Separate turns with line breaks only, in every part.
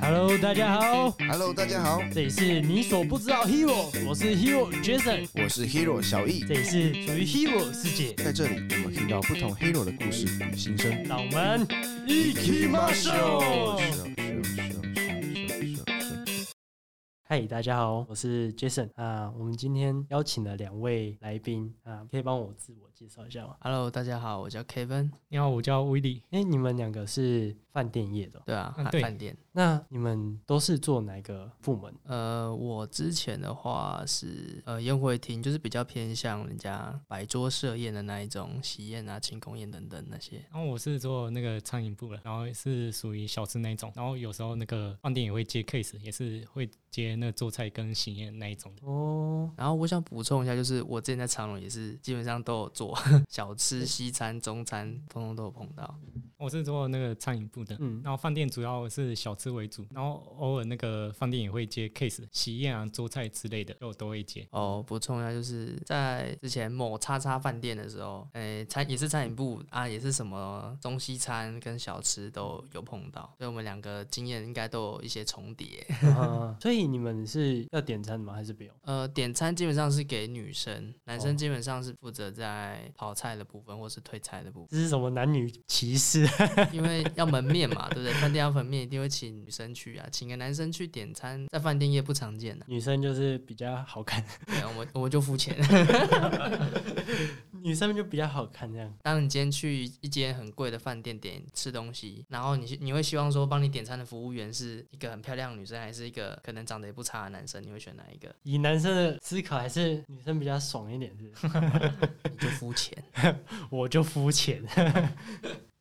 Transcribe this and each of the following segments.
Hello，大家好，
Hello，大家好，
这里是你所不知道 Hero，我是 Hero Jason，
我是 Hero 小易，
这里是属于 Hero 世界，
在这里我们听到不同 Hero 的故事与心声。
让我们一起马秀。嗨，大家好，我是 Jason 啊。我们今天邀请了两位来宾啊，可以帮我自我介绍一下吗？
Hello，大家好，我叫 Kevin。
你好，我叫威利。
哎、你们两个是饭店业的哦，
对啊，
嗯
汉
对
饭店。
那你们都是做哪个部门？
呃，我之前的话是呃宴会厅，就是比较偏向人家摆桌设宴的那一种，喜宴啊、庆功宴等等那些。
然后我是做那个餐饮部的，然后是属于小吃那一种，然后有时候那个饭店也会接 case，也是会接那个做菜跟喜宴那一种的。
哦，
然后我想补充一下，就是我之前在长隆也是基本上都有做 小吃、西餐、中餐，通通都有碰到。
我是做那个餐饮部的，
嗯
然后饭店主要是小吃为主，然后偶尔那个饭店也会接 case，喜宴啊、做菜之类的，就都会接。
哦，补充一下，就是在之前某叉叉饭店的时候，诶，餐也是餐饮部啊，也是什么中西餐跟小吃都有碰到，所以我们两个经验应该都有一些重叠。
啊所以你们是要点餐吗？还是不用？
呃，点餐基本上是给女生，男
哦
生基本上是负责在跑菜的部分或是退菜的部
这是什么男女歧视？
分，因为要门面嘛，对不对？饭店要门面，一定会请女生去啊，请个男生去点餐，在饭店业不常见的、啊
女生就是比较好看，
对，啊我们我们就付钱。
女生就比较好看这样。
当你今天去一间很贵的饭店点吃东西，然后你希你会希望说帮你点餐的服务员是一个很漂亮的女生，还是一个可能长得也不差的男生？你会选哪一个？
以男生的思考，还是女生比较爽一点是不是
你就付钱。
我就肤浅。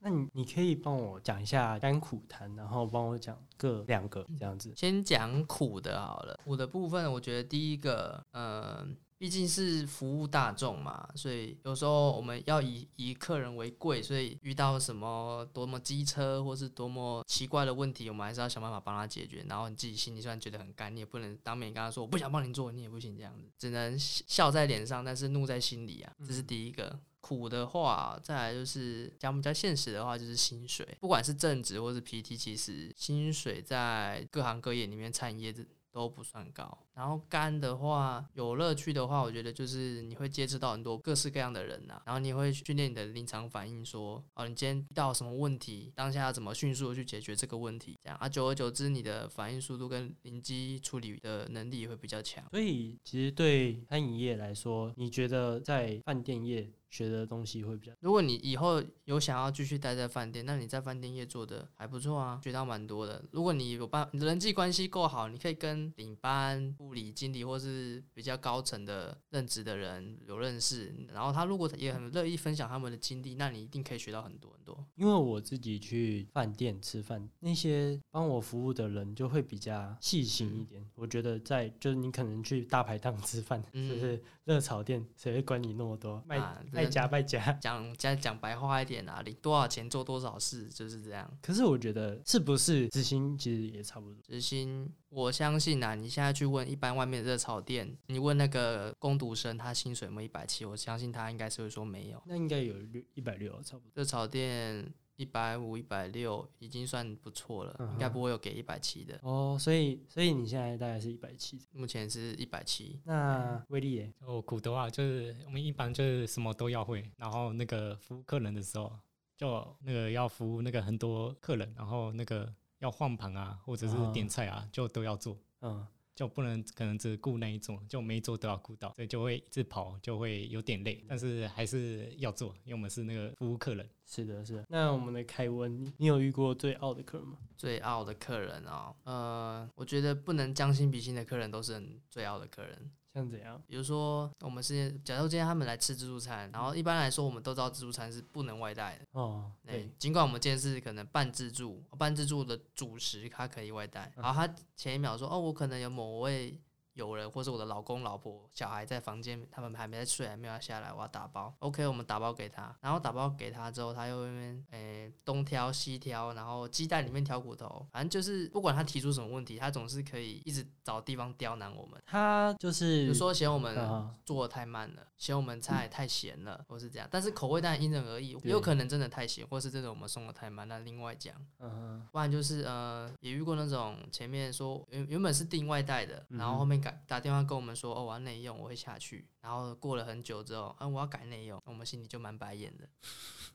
那你你可以帮我讲一下甘苦谈，然后帮我讲个两个这样子。
先讲苦的好了，苦的部分，我觉得第一个，呃，毕竟是服务大众嘛，所以有时候我们要以以客人为贵，所以遇到什么多么机车或是多么奇怪的问题，我们还是要想办法帮他解决。然后你自己心里虽然觉得很干，你也不能当面跟他说我不想帮你做，你也不行这样子，只能笑笑在脸上，但是怒在心里啊，这是第一个。苦的话，再来就是讲比较现实的话，就是薪水，不管是正职或是 PT，其实薪水在各行各业里面，餐饮业这都不算高。然后干的话，有乐趣的话，我觉得就是你会接触到很多各式各样的人呐、然后你会训练你的临场反应说，哦，你今天遇到什么问题，当下要怎么迅速的去解决这个问题，这样啊，久而久之，你的反应速度跟临机处理的能力也会比较强。
所以其实对餐饮业来说，你觉得在饭店业学的东西会比较
如果你以后有想要继续待在饭店，那你在饭店业做的还不错啊，学到蛮多的。如果你有办你的人际关系够好，你可以跟领班、部理、经理或是比较高层的任职的人有认识，然后他如果也很乐意分享他们的经历，那你一定可以学到很多很多。
因为我自己去饭店吃饭，那些帮我服务的人就会比较细心
嗯
一点。我觉得在就是你可能去大排档吃饭，
嗯
是不是热炒店，谁会管你那么多？卖、
啊
卖
真的
家卖家。
讲讲讲白话一点啊，领多少钱做多少事，就是这样。
可是我觉得是不是执行其实也差不多。
执行，我相信啊，你现在去问一般外面的热炒店，你问那个工读生他薪水有没有一百七，我相信他应该是会说没有。
那应该有六一百六，啊差不多。
热炒店一百五、一百六已经算不错了，
嗯哼
应该不会有给一百七的。
哦，所以所以你现在大概是一百七。
目前是一百七，
那威力耶，
就苦的话，就是我们一般就是什么都要会，然后那个服务客人的时候，就那个要服务那个很多客人，然后那个要换盘啊，或者是
啊
点菜啊，就都要做。
嗯，
就不能可能只顾那一种，就每一桌都要顾到，所以就会一直跑，就会有点累，但是还是要做，因为我们是那个服务客人。
是的，是的。那我们的凯文，你你有遇过最傲的客人吗？
最傲的客人哦，呃，我觉得不能将心比心的客人都是很最傲的客人。
像怎样？
比如说，我们是假如今天他们来吃自助餐，然后一般来说我们都知道自助餐是不能外带的。
哦，
对
对，，
尽管我们今天是可能半自助，半自助的主食它可以外带，然后他前一秒说哦，我可能有某位友人或是我的老公、老婆、小孩在房间，他们还没在睡，还没有要下来，我要打包。OK，我们打包给他，然后打包给他之后，他又在那边诶、东挑西挑，然后鸡蛋里面挑骨头，反正就是不管他提出什么问题，他总是可以一直找地方刁难我们。
他就是
比如说嫌我们
啊
做的太慢了，嫌我们菜太咸了，或是这样。但是口味当然因人而异，
对
也有可能真的太咸，或是真的我们送的太慢，那另外讲。
嗯
不然就是呃，也遇过那种前面说原原本是订外带
嗯
的，然后后面改打电话跟我们说哦我要内用，我会下去。然后过了很久之后，啊我要改内用，我们心里就蛮白眼的。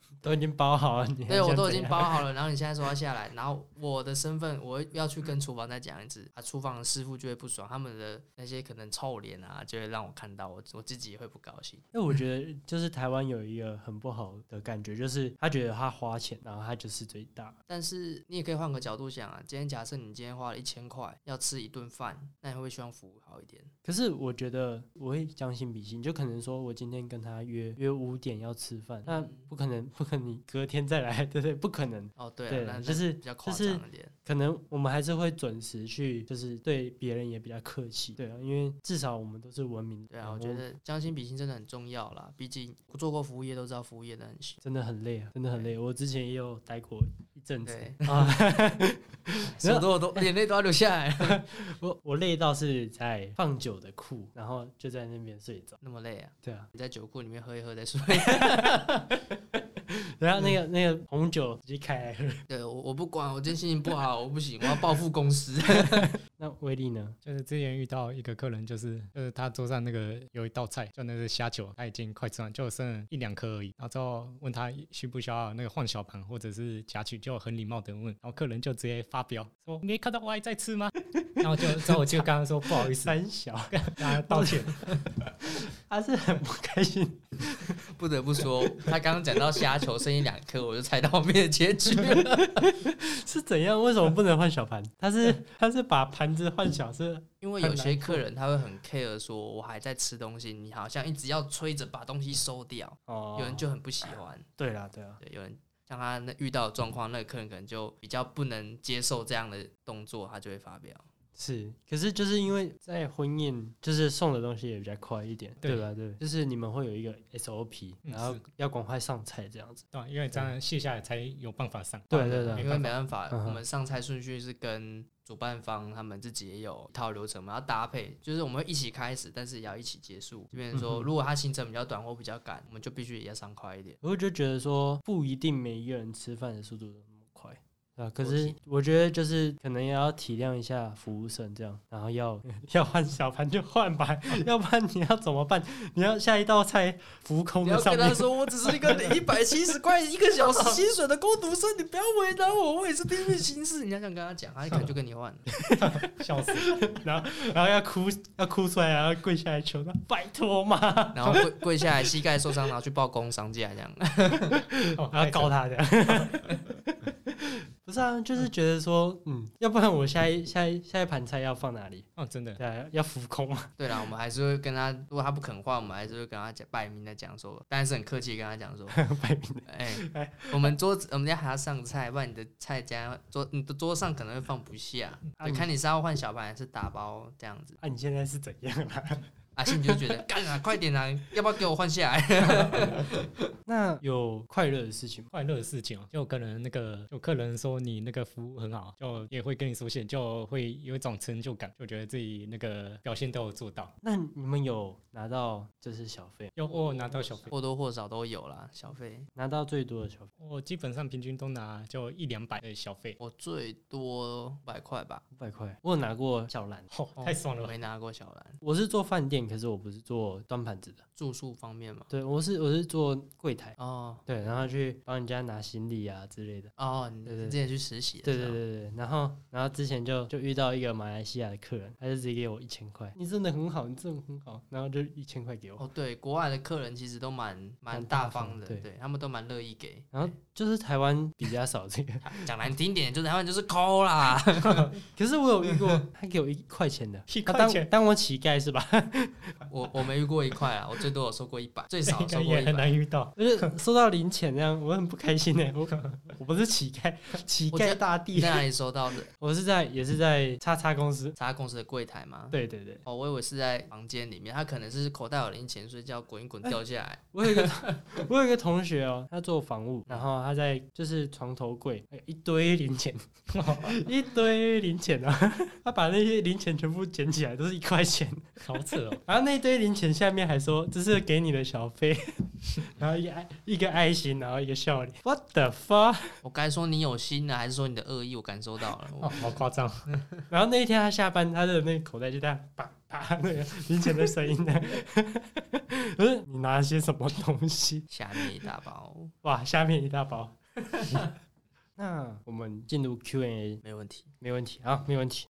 哼，都已经包好了，你还
对我
想
都已
怎
经
样
包好了，然后你现在说要下来，然后我的身份我要去跟厨房再讲一次啊，厨房的师傅就会不爽，他们的那些可能臭脸啊，就会让我看到我我自己也会不高兴。
因为我觉得就是台湾有一个很不好的感觉，就是他觉得他花钱，然后他就是最大。
但是你也可以换个角度想啊，今天假设你今天花了一千块要吃一顿饭，那你会不会希望服务好一点？
可是我觉得我会将心比心，就可能说我今天跟他约约五点要吃饭，那不可能，不可能你隔天再来， 对不对？不可能，
哦，对啊
对
那
就是
那比较夸
就是
张一点。
可能我们还是会准时去，就是对别人也比较客气，对啊，因为至少我们都是文明的
对
人，
啊，我觉得将心比心真的很重要啦。毕竟做过服务业都知道，服务业的很辛
真的很累啊，真的很累。我之前也有待过一阵
苦，
子
对，
啊，
手都都眼泪都要流下来，
我我累到是在放久的裤，然后就在那边睡着，
那么累啊！
对啊。
你在酒库里面喝一喝再睡。
然后那个那个红酒直接开来喝。
对我我不管，我今天心情不好，我不行，我要报复公司。
那威力呢？
就是之前遇到一个客人，就是就是他桌上那个有一道菜，就那个虾球，他已经快吃完，就剩一两颗而已。然后之后问他需不需要那个换小盘或者是夹取，就很礼貌的问，然后客人就直接发飙说：“你没看到我还在吃吗？” 然后就之后我就刚刚说不好意思，
三小，
跟他道歉。
他是很不开心。
不得不说，他刚刚讲到虾球剩一两颗，我就猜到后面的结局了。
是怎样？为什么不能换小盘？他 是他是把盘子换小，是
因为有些客人他会很 care，说我还在吃东西，你好像一直要催着把东西收掉，
哦
有人就很不喜欢。
对啦对啊啦，
对，有人像他那遇到的状况，那个客人可能就比较不能接受这样的动作，他就会发飙。
是。可是就是因为在婚宴，就是送的东西也比较快一点，
对
对吧？对，就是你们会有一个 SOP，
嗯
然后
是
要赶快上菜这样子。
对，因为这样卸下来才有办法上。
对对对
没
因为
办
没
法
办法，
嗯哼
我们上菜顺序是跟主办方他们自己也有一套流程，我们要搭配，就是我们会一起开始，但是也要一起结束。这边
嗯
说，
哼
如果他行程比较短或比较赶，我们就必须也要上快一点。
我就觉得说，不一定每一个人吃饭的速度都那么快。啊，可
我
是
体
我觉得就是可能也要体谅一下服务生这样，然后要 要换小盘就换吧， 要不然你要怎么办？你要下一道菜浮空
你
的
要
上
跟
面
他，说，我只是一个一百七十块一个小时薪水的工读生，你不要为难我，我也是拼命行事。你要这样跟他讲，他可能就跟你换 了。
笑死。
然后要哭要哭出来，然后跪下来求他拜托 嘛，
然后跪跪下来，膝盖受伤，然后去报工伤假这样。
哦
然后告他这样。 不是啊，就是觉得说，嗯，要不然我下一下一下一盘菜要放哪里？
哦，真的
对啊，要浮空啊。
对啦，我们还是会跟他，如果他不肯换，我们还是会跟他讲，摆明的讲说，但是很客气地跟他 讲说，
摆明
哎、我们桌子，我们家还要上菜，不然你的菜夹桌，你的桌上可能会放不下。
啊
对，
你
看你是要换小盘还是打包这样子。
啊，你现在是怎样啦？
阿信就 觉得干啊，快点啊，要不要给我换下来？
那有快乐的事情吗？
快乐的事情哦，就可能那个有客人说你那个服务很好，就也会跟你说谢，就会有一种成就感，就觉得自己那个表现都有做到，
那你们有拿到就是小费吗，
又偶尔拿到小费。
或多或少都有啦，小费。
拿到最多的小费，
我基本上平均都拿就一两百的小费，
我最多五百块吧，
五百块。我有拿过小蓝，
哦，太爽了
我
吧！
没拿过小蓝。
我是做饭店，可是我不是做端盘子的，
住宿方面嘛，
对我是我是做柜台，
哦
对，然后去帮人家拿行李啊之类的。
哦，你
对对
你之前去实习的
对
时
对
候，
对对，然后然后之前就就遇到一个马来西亚的客人，他就直接给我一千块，你真的很好，你真的很好，然后就一千块给我，
哦，对，国外的客人其实都蛮蛮
蛮
大
大方
方的，
对
对他们都蛮乐意给。
然后就是台湾比较少这个，
讲难听点，就是他们就是抠啦。
可是我有遇过他给我一块钱的，
一
他
块
当
钱
当我乞丐是吧？
我我没遇过一块啊，我最多有收过一百，最少
应该
收过
也
一
很
百。
难遇到。就是收到零钱这样，我很不开心哎、 我我不是乞丐，乞
我在
丐大
你
帝，
在哪里收到的？
我是在也是在叉叉公司。
查公司的柜台吗？
对对对，
哦，我以为是在房间里面，他可能是口袋有零钱，所以叫滚一滚掉下来。
我有一个我有一个同学哦，他做房务，然后他在就是床头柜哎一堆零钱，一堆零钱啊， 他把那些零钱全部捡起来，都是一块钱，
好扯 哦，
然后那堆零钱下面还说这是给你的小费， 然后一个爱一个爱心，然后一个笑脸，What the fuck？
我该说你有心呢，还是说你的恶意我感受到了？
哦
我
好夸张，
然后那一天他下班，他的那个口袋就这样啪啪那个零钱的声音呢， 我说你拿了些什么东西？
下面一大包，
哇，下面一大包。 那我们进入 Q&A，
没问题。
没问题啊，没问题。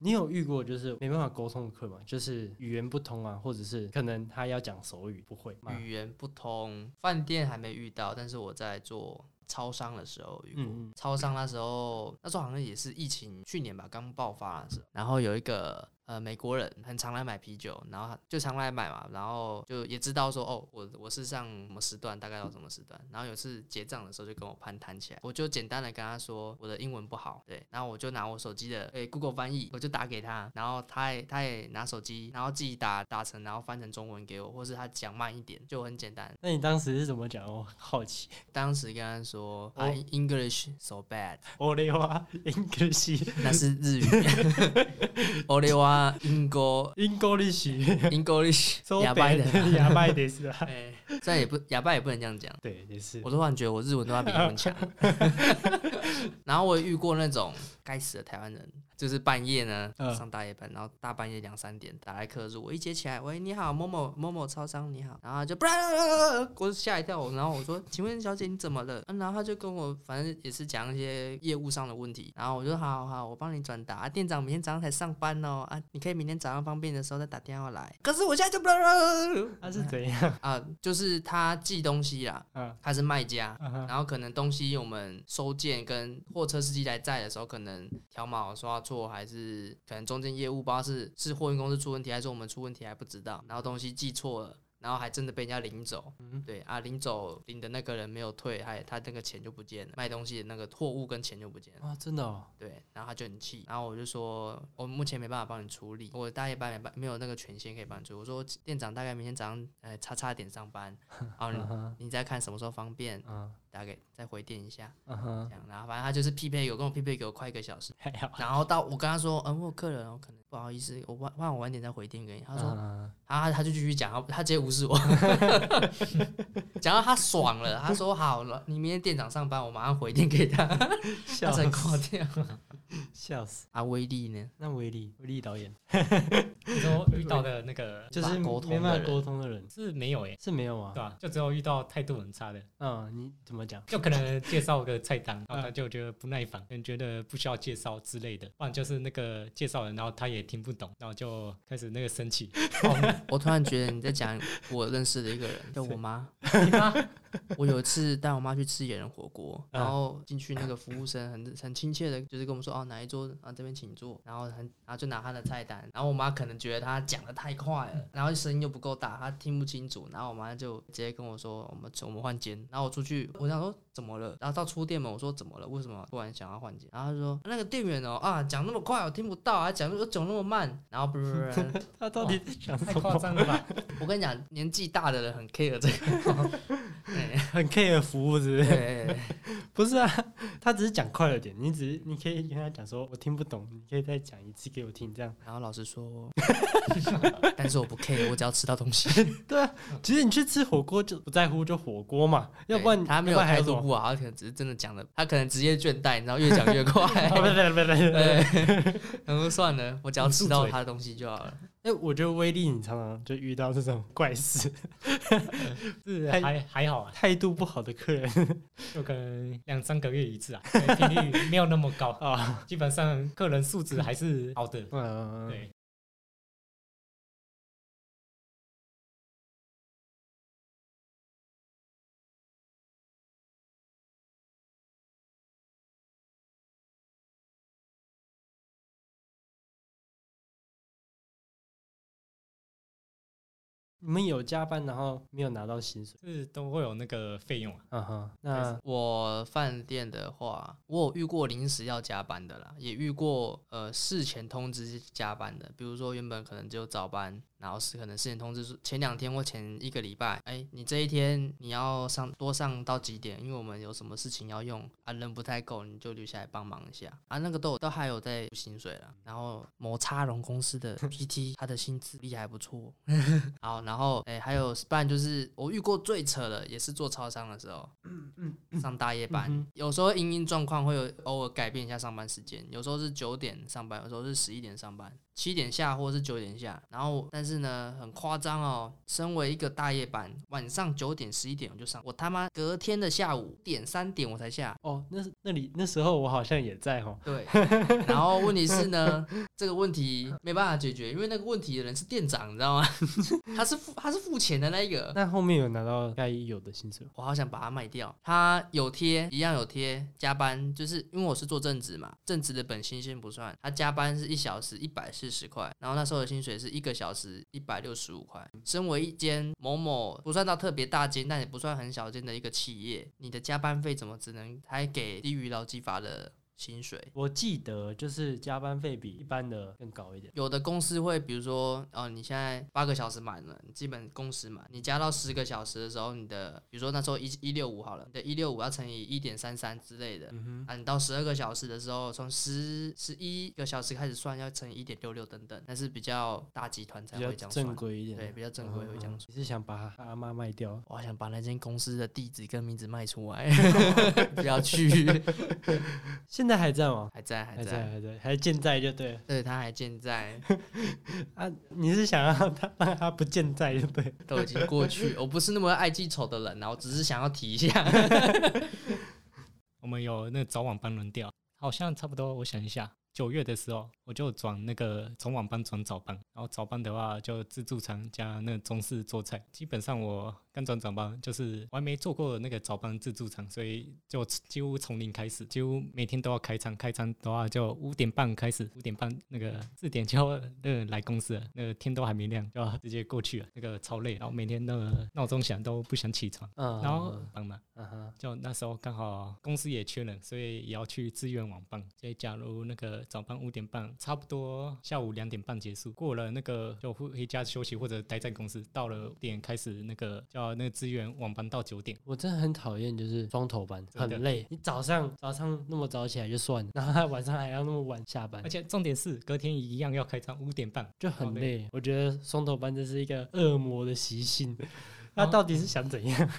你有遇过就是没办法沟通的客吗？就是语言不通啊，或者是可能他要讲手语不会吗？
语言不通，饭店还没遇到，但是我在做超商的时候遇过。
嗯嗯
超商那时候，那时候好像也是疫情去年吧，刚爆发的时候，然后有一个呃美国人很常来买啤酒，然后他就常来买嘛，然后就也知道说哦，我我是上什么时段，大概到什么时段，然后有一次结账的时候就跟我攀谈起来，我就简单的跟他说我的英文不好，对，然后我就拿我手机的诶、Google 翻译，我就打给他，然后他也他也拿手机，然后自己打打成，然后翻成中文给我，或是他讲慢一点，就很简单，
那你当时是怎么讲？我好奇。
当时跟他说、
哦
I English so bad。
我的话，英格西，
那是日语。 我的话，英国
英格里 西，
英国 English
说
哑巴
白
的，
的，哑巴的是啊。
哎，这也不哑巴也不能这样讲。
对，也是。
我突然觉得我日文都要比英文强。然后我也遇过那种该死的台湾人，就是半夜呢、
嗯
上大夜班，然后大半夜两三点打来客诉，我一接起来，喂，你好，某某某某超商，你好，然后他就我吓一跳，我然后我说，请问小姐你怎么了？啊然后他就跟我反正也是讲一些业务上的问题，然后我就说好好好，我帮你转达、啊店长明天早上才上班哦，啊，你可以明天早上方便的时候再打电话来。可是我现在就
他是怎样？
啊，就是他寄东西啦，
嗯
他是卖家，
嗯哼
然后可能东西我们收件跟货车司机来载的时候，可能条码有刷错，还是可能中间业务不知道是是货运公司出问题，还是我们出问题还不知道，然后东西寄错了。然后还真的被人家领走，对啊，领走领的那个人没有退，还他那个钱就不见了，卖东西的那个货物跟钱就不见了。
啊，真的哦。
对，然后他就很气，然后我就说，我目前没办法帮你处理，我大夜班没办没有那个权限可以帮你处理。我说店长大概明天早上呃叉叉点上班，然 后你你再看什么时候方便，
嗯
大概再回电一下，
嗯
这
哼，
样。然后反正他就是匹配给我，跟我匹配给我快一个小时，
还好。
然后到我跟他说，嗯，我有客人哦，我可能不好意思，我晚晚我晚点再回电给你。他说，
嗯
啊，他就继续讲，他他直接 无视我，讲到他爽了，他说好了，你明天店长上班，我马上回电给他，他
笑
才
死，
挂掉。
笑死。
啊，威力呢？
那威力，威力导演
你说遇到的那 个
就是
沟通的
没办
人
法沟通的人
是没有诶，欸
是没有啊
对。吧？就只有遇到态度很差的，
嗯，你怎么讲？
就可能介绍个菜单，然后他就觉得不耐烦，可能觉得不需要介绍之类的，不然就是那个介绍人，然后他也听不懂，然后就开始那个生 气。
哦我突然觉得你在讲我认识的一个人，叫我妈。 我有一次带我妈去吃野人火锅，
嗯
然后进去那个服务生很很亲切的，就是跟我们说哦哪一桌啊这边请坐，然后很然后就拿他的菜单，然后我妈可能觉得他讲的太快了，然后声音又不够大，她听不清楚，然后我妈就直接跟我说我们我们换间，然后我出去我想说怎么了，然后到出店门我说怎么了，为什么突然想要换间？然后她说那个店员哦啊讲那么快我听不到啊，讲讲那么慢，然后不不不不。
他到底在 讲
太
什
夸
么？
张了吧？
我跟你讲，年纪大的人很 care 这个。对
很 care 服务是不是？
对，
不是啊，他只是讲快了点。你只是你可以跟他讲说，我听不懂，你可以再讲一次给我听。这样
然后老师说，但是我不 care，我只要吃到东西。
对啊，其实你去吃火锅就不在乎就火锅嘛，要不然
对他没有
要不然还
态
哎有什
度
么
不好，他可能只是真的讲的，他可能职业倦怠，你知道，越讲越快。
哦不对不对不对不 对。
对，然后算了，我只要吃到他的东西就好了。
哎，我觉得威力你常常就遇到这种怪事，
是
太
还还好啊，
态度不好的客人，
就可能两三个月一次啊，所以频率没有那么 高
啊。
基本上客人素质还是好的。
嗯，
对，
你们有加班然后没有拿到薪水？
是都会有那个费用啊。
嗯哼，那
我饭店的话，我有遇过临时要加班的啦，也遇过呃事前通知加班的，比如说原本可能只有早班，然后是可能事前通知说前两天或前一个礼拜，哎、你这一天你要上多上到几点，因为我们有什么事情要用啊，人不太够，你就留下来帮忙一下啊，那个都有都还有在付薪水了。然后某差融公司的 PT 他的薪资力还不错， 好，然后哎、还有不然就是我遇过最扯的，也是做超商的时候，上大夜班，
嗯哼
有时候因因状况会有偶尔改变一下上班时间，有时候是九点上班，有时候是十一点上班，七点下或是九点下。然后但是呢，很夸张哦，身为一个大夜班，晚上九点十一点我就上，我他妈隔天的下午点三点我才下。
哦，那是那里那时候我好像也在哦。
对，然后问题是呢，这个问题没办法解决，因为那个问题的人是店长，你知道吗？ 他是付他是付钱的那一个，
那后面有拿到该有的薪水吗？
我好想把它卖掉。它有贴，一样有贴加班，就是因为我是做正职嘛，正职的本薪先不算，它加班是一小时一百四十块，然后那时候的薪水是一个小时一百六十五块。身为一间某某不算到特别大间，但也不算很小间的一个企业，你的加班费怎么只能还给低于劳基法的薪水？
我记得就是加班费比一般的更高一点。
有的公司会，比如说，哦，你现在八个小时满了，你基本工时满，你加到十个小时的时候，你的，比如说那时候一一六五好了，你的一六五要乘以一点三三之类
嗯
的，啊，你到十二个小时的时候，从十十一个小时开始算，要乘以一点六六等等，那是比较大集团才
比较
会这样算
正。规一点，
对比较正规会这样
嗯嗯嗯你是想把他阿妈卖掉？
我好想把那间公司的地址跟名字卖 出来，不要去，
现在还在吗？
还在还
还
在，
还在，还健在就对了
对，他还健在，
啊！你是想让他 让他不健在就对了，
都已经过去。我不是那么爱记仇的人啊，我只是想要提一下。
我们有那个早晚班轮调，好像差不多。我想一下，九月的时候我就转那个从晚班转早班，然后早班的话就自助餐加那个中式做菜。基本上我刚转早班，就是我还没做过那个早班自助餐，所以就几乎从零开始，几乎每天都要开餐。开餐的话就五点半开始，五点半那个四点就要那个来公司了，那个天都还没亮就要直接过去了，那个超累。然后每天那个闹钟响都不想起床，
嗯，
然后帮忙。
嗯哼，
就那时候刚好公司也缺人，所以也要去自愿网办。所以假如那个早班五点半，差不多下午两点半结束，过了那个就回回家休息或者待在公司。到了五点开始那个叫那个自愿网班到九点，
我真的很讨厌就是双头班，
真的
很累。你早上早上那么早起来就算了，然后他晚上还要那么晚下班
而，且重点是隔天一样要开张五点半，
就很累。我觉得双头班这是一个恶魔的习性，他到底是想怎样？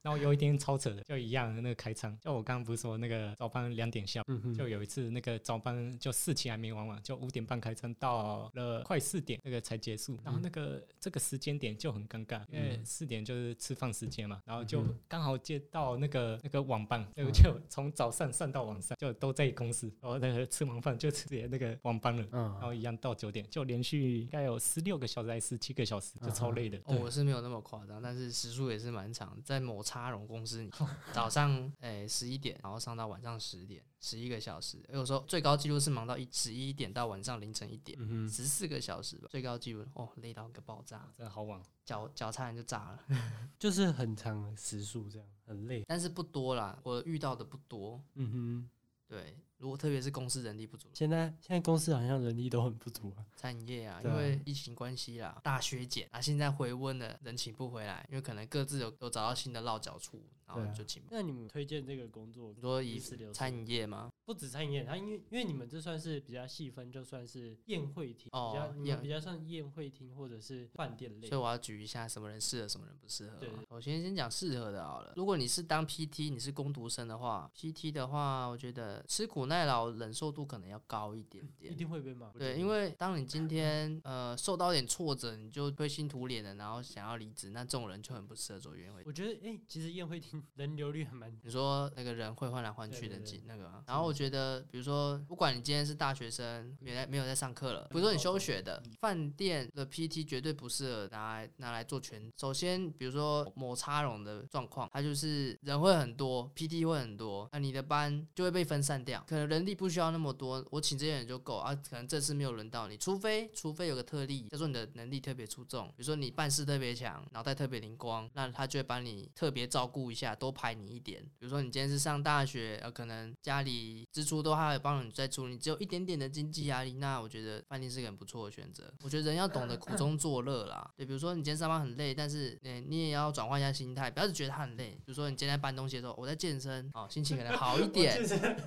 然后有一天超扯的，就一样的那个开仓。就我刚刚不是说那个早班两点下
嗯哼，
就有一次那个早班就事情还没完完，就五点半开餐到了快四点那个才结束，
嗯
然后那个这个时间点就很尴尬，因为四点就是吃饭时间嘛，然后
嗯
就刚好接到那个那个晚班，那个就从早上上到晚上就都在公司，然后那个吃完饭就直接那个晚班了。然
嗯，
后一样到九点，就连续应该有十六个小时还是十七个小时，
嗯
就超累的。
哦，我是没有那么夸张，但是时速也是蛮长，在某差融公司里，早上诶十一点，然后上到晚上十点，十一个小时，有时候最高纪录是忙到一十一点到晚上凌晨一点，
嗯
十四个小时吧，最高纪录哦，累到一个爆炸，
真的好晚。 哦
脚脚差点就炸了，
哼，就是很长的时速这样，很累。
但是不多啦，我遇到的不多，
嗯哼，
对，如果特别是公司人力不足，
现在现在公司好像人力都很不足啊。
餐饮业啊，
对
因
啊
为疫情关系啦，大削减啊，现在回温了，人请不回来，因为可能各自有有找到新的落脚处，然后
对啊
就请不。
那你们推荐这个工作
你，说以
意思流
餐
失
饮业吗？
不止餐饮业，它因为因为你们这算是比较细分，就算是宴会厅，
哦
比较你
宴
们比较算宴会厅或者是饭店类
所以。我要举一下什么人适合，什么人不适合
对
嘛。我先先讲适合的好了。如果你是当 PT，你是工读生的话，PT 的话，我觉得吃苦耐劳、忍受度可能要高一点
一
点。
定会被骂，
对，因为当你今天呃受到一点挫折，你就推心吐脸的，然后想要离职，那这种人就很不适合做宴会。
我觉得，哎、其实宴会厅人流率还蛮，
你说那个人会换来换
对
去
嗯对
的
对嗯
几那个啊，然后我觉得，比如说，不管你今天是大学生，没在没有在上课了，比
嗯
如说你休学的，饭店的 PT 绝对不适合拿来拿来做全。首先，比如说哦某插容的状况，它就是人会很多，PT 会很多，那你的班就会被分散掉，可能人力不需要那么多，我请这些人就够啊。可能这次没有轮到你，除非除非有个特例，叫做你的能力特别出众，比如说你办事特别强，脑袋特别灵光，那他就会把你特别照顾一下，多排你一点。比如说你今天是上大学，呃，可能家里支出都还有帮你在出，你只有一点点的经济压力，那我觉得饭店是个很不错的选择。我觉得人要懂得苦中作乐啦，对，比如说你今天上班很累，但是呃你也要转换一下心态，不要只觉得他很累。比如说你今天在搬东西的时候，我在健身，哦，心情可 能好一点，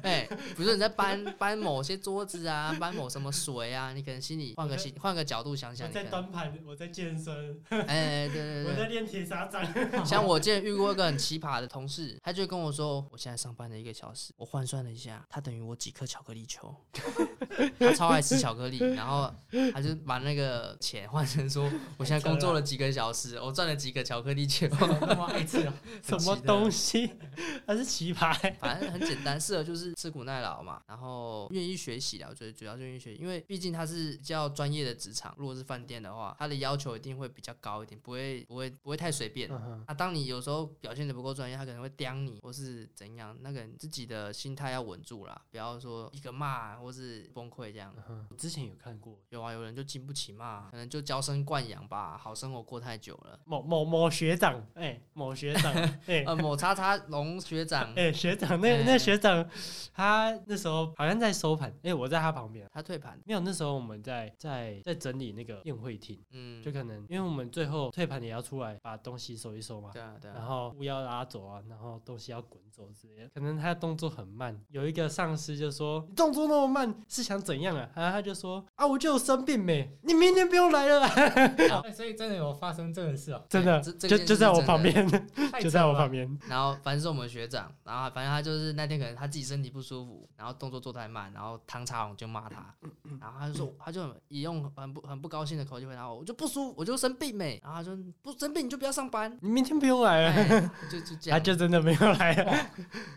哎、比如说你在搬搬某些桌子啊，搬某什么水啊，你可能心里换个心换个角度想
我
想，你可
在
能
端盘，我在健身，
哎、对
我
对
在
对。
练铁砂掌。
像我之前遇过一个很奇葩的同事，他就跟我说，我现在上班的一个小时，我换算了一下，他等于我几颗巧克力球。 他超爱吃巧克力，然后他就把那个钱换成说，我现在工作了几个小时，我赚了几个巧克力球。
那么爱吃啊，
什么东西？ 还是棋牌？
反正很简单，适合就是吃苦耐劳嘛，然后愿意学习啦。我觉得主要是愿意学习，因为毕竟它是比较专业的职场，如果是饭店的话，它的要求一定会比较高一点，不会不会不会太随便。
嗯哼
啊，当你有时候表现的不够专业，他可能会刁你，或是怎样，那个自己的心态要稳住啦，不要说一个骂或是崩溃这样。
嗯哼我之前有看过
有啊，有人就经不起骂，可能就娇生惯养吧，好生活过太久了。
某某某学长，哎、某学长，哎、
呃，某叉叉龙学长
哎、，学长，那
哎
那学长，他那时候好像在收盘，哎、我在他旁边。
他退盘，
没有，那时候我们在在在整理那个宴会厅，
嗯，
就可能因为我们最后退盘也要出来把东西收一收嘛，
对啊对
然
啊，
后物要拉走啊，然后东西要滚走之类的。可能他动作很慢，有一个上司就说：“你动作那么慢是想怎样啊？”然后他就说：“啊，我就有生病没，你明天不用来了啦。啊
哎所以真的有发生这种事哦”，
真的，
这这
就
件
就
事
在
是
我
真
旁
的
边，
太
就在我
扯了
旁 边。
然后反正是我们学长，然后反正他就是那天可能他自己身体不舒服，然后动作做太慢，然后汤茶龙就骂他，
嗯
然后他就说他就也用很不很不高兴的口气回答我，我就不舒服，我就生病没，然后他说不生病你就不要上班，
你明天不用来了，
哎、就就这
他
样。
就真的没有来了。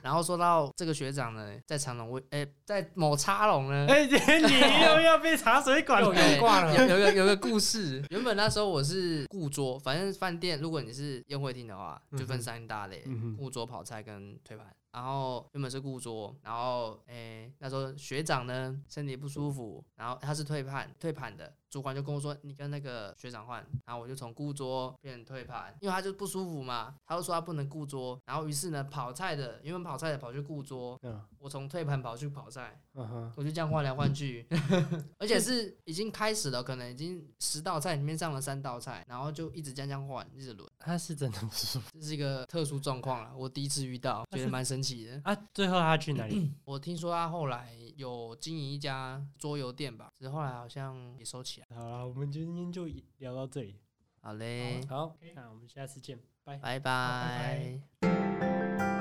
然后说到这个学长呢，在长隆位，哎、在某叉龙呢。
哎，你又要被茶水管
又
了。
有挂
哎
了，
有有个有个故事， 原本那时候我是顾桌，反正饭店如果你是宴会厅的话，
嗯
就
哼
分三大类，
嗯哼
顾桌、跑菜跟推盘。然后原本是顾桌，然后诶那时候学长呢身体不舒服，然后他是退盘退盘的，主管就跟我说你跟那个学长换，然后我就从顾桌变成退盘，因为他就不舒服嘛，他就说他不能顾桌，然后于是呢跑菜的原本跑菜的跑去顾桌，
嗯
我从退盘跑去跑菜，
嗯哼，
我就这样换来换去， 而且是已经开始了，可能已经十道菜里面上了三道菜，然后就一直这样这样换，一直轮，
他是真的不舒服
这是一个特殊状况了，我第一次遇到，觉得蛮神奇的。
啊。最后他去哪 里？
我听说他后来有经营一家桌游店吧，只是后来好像也收起来。
好了，我们今天就聊到这里。
好嘞，
好，那我们下次见，拜。
拜
拜
拜。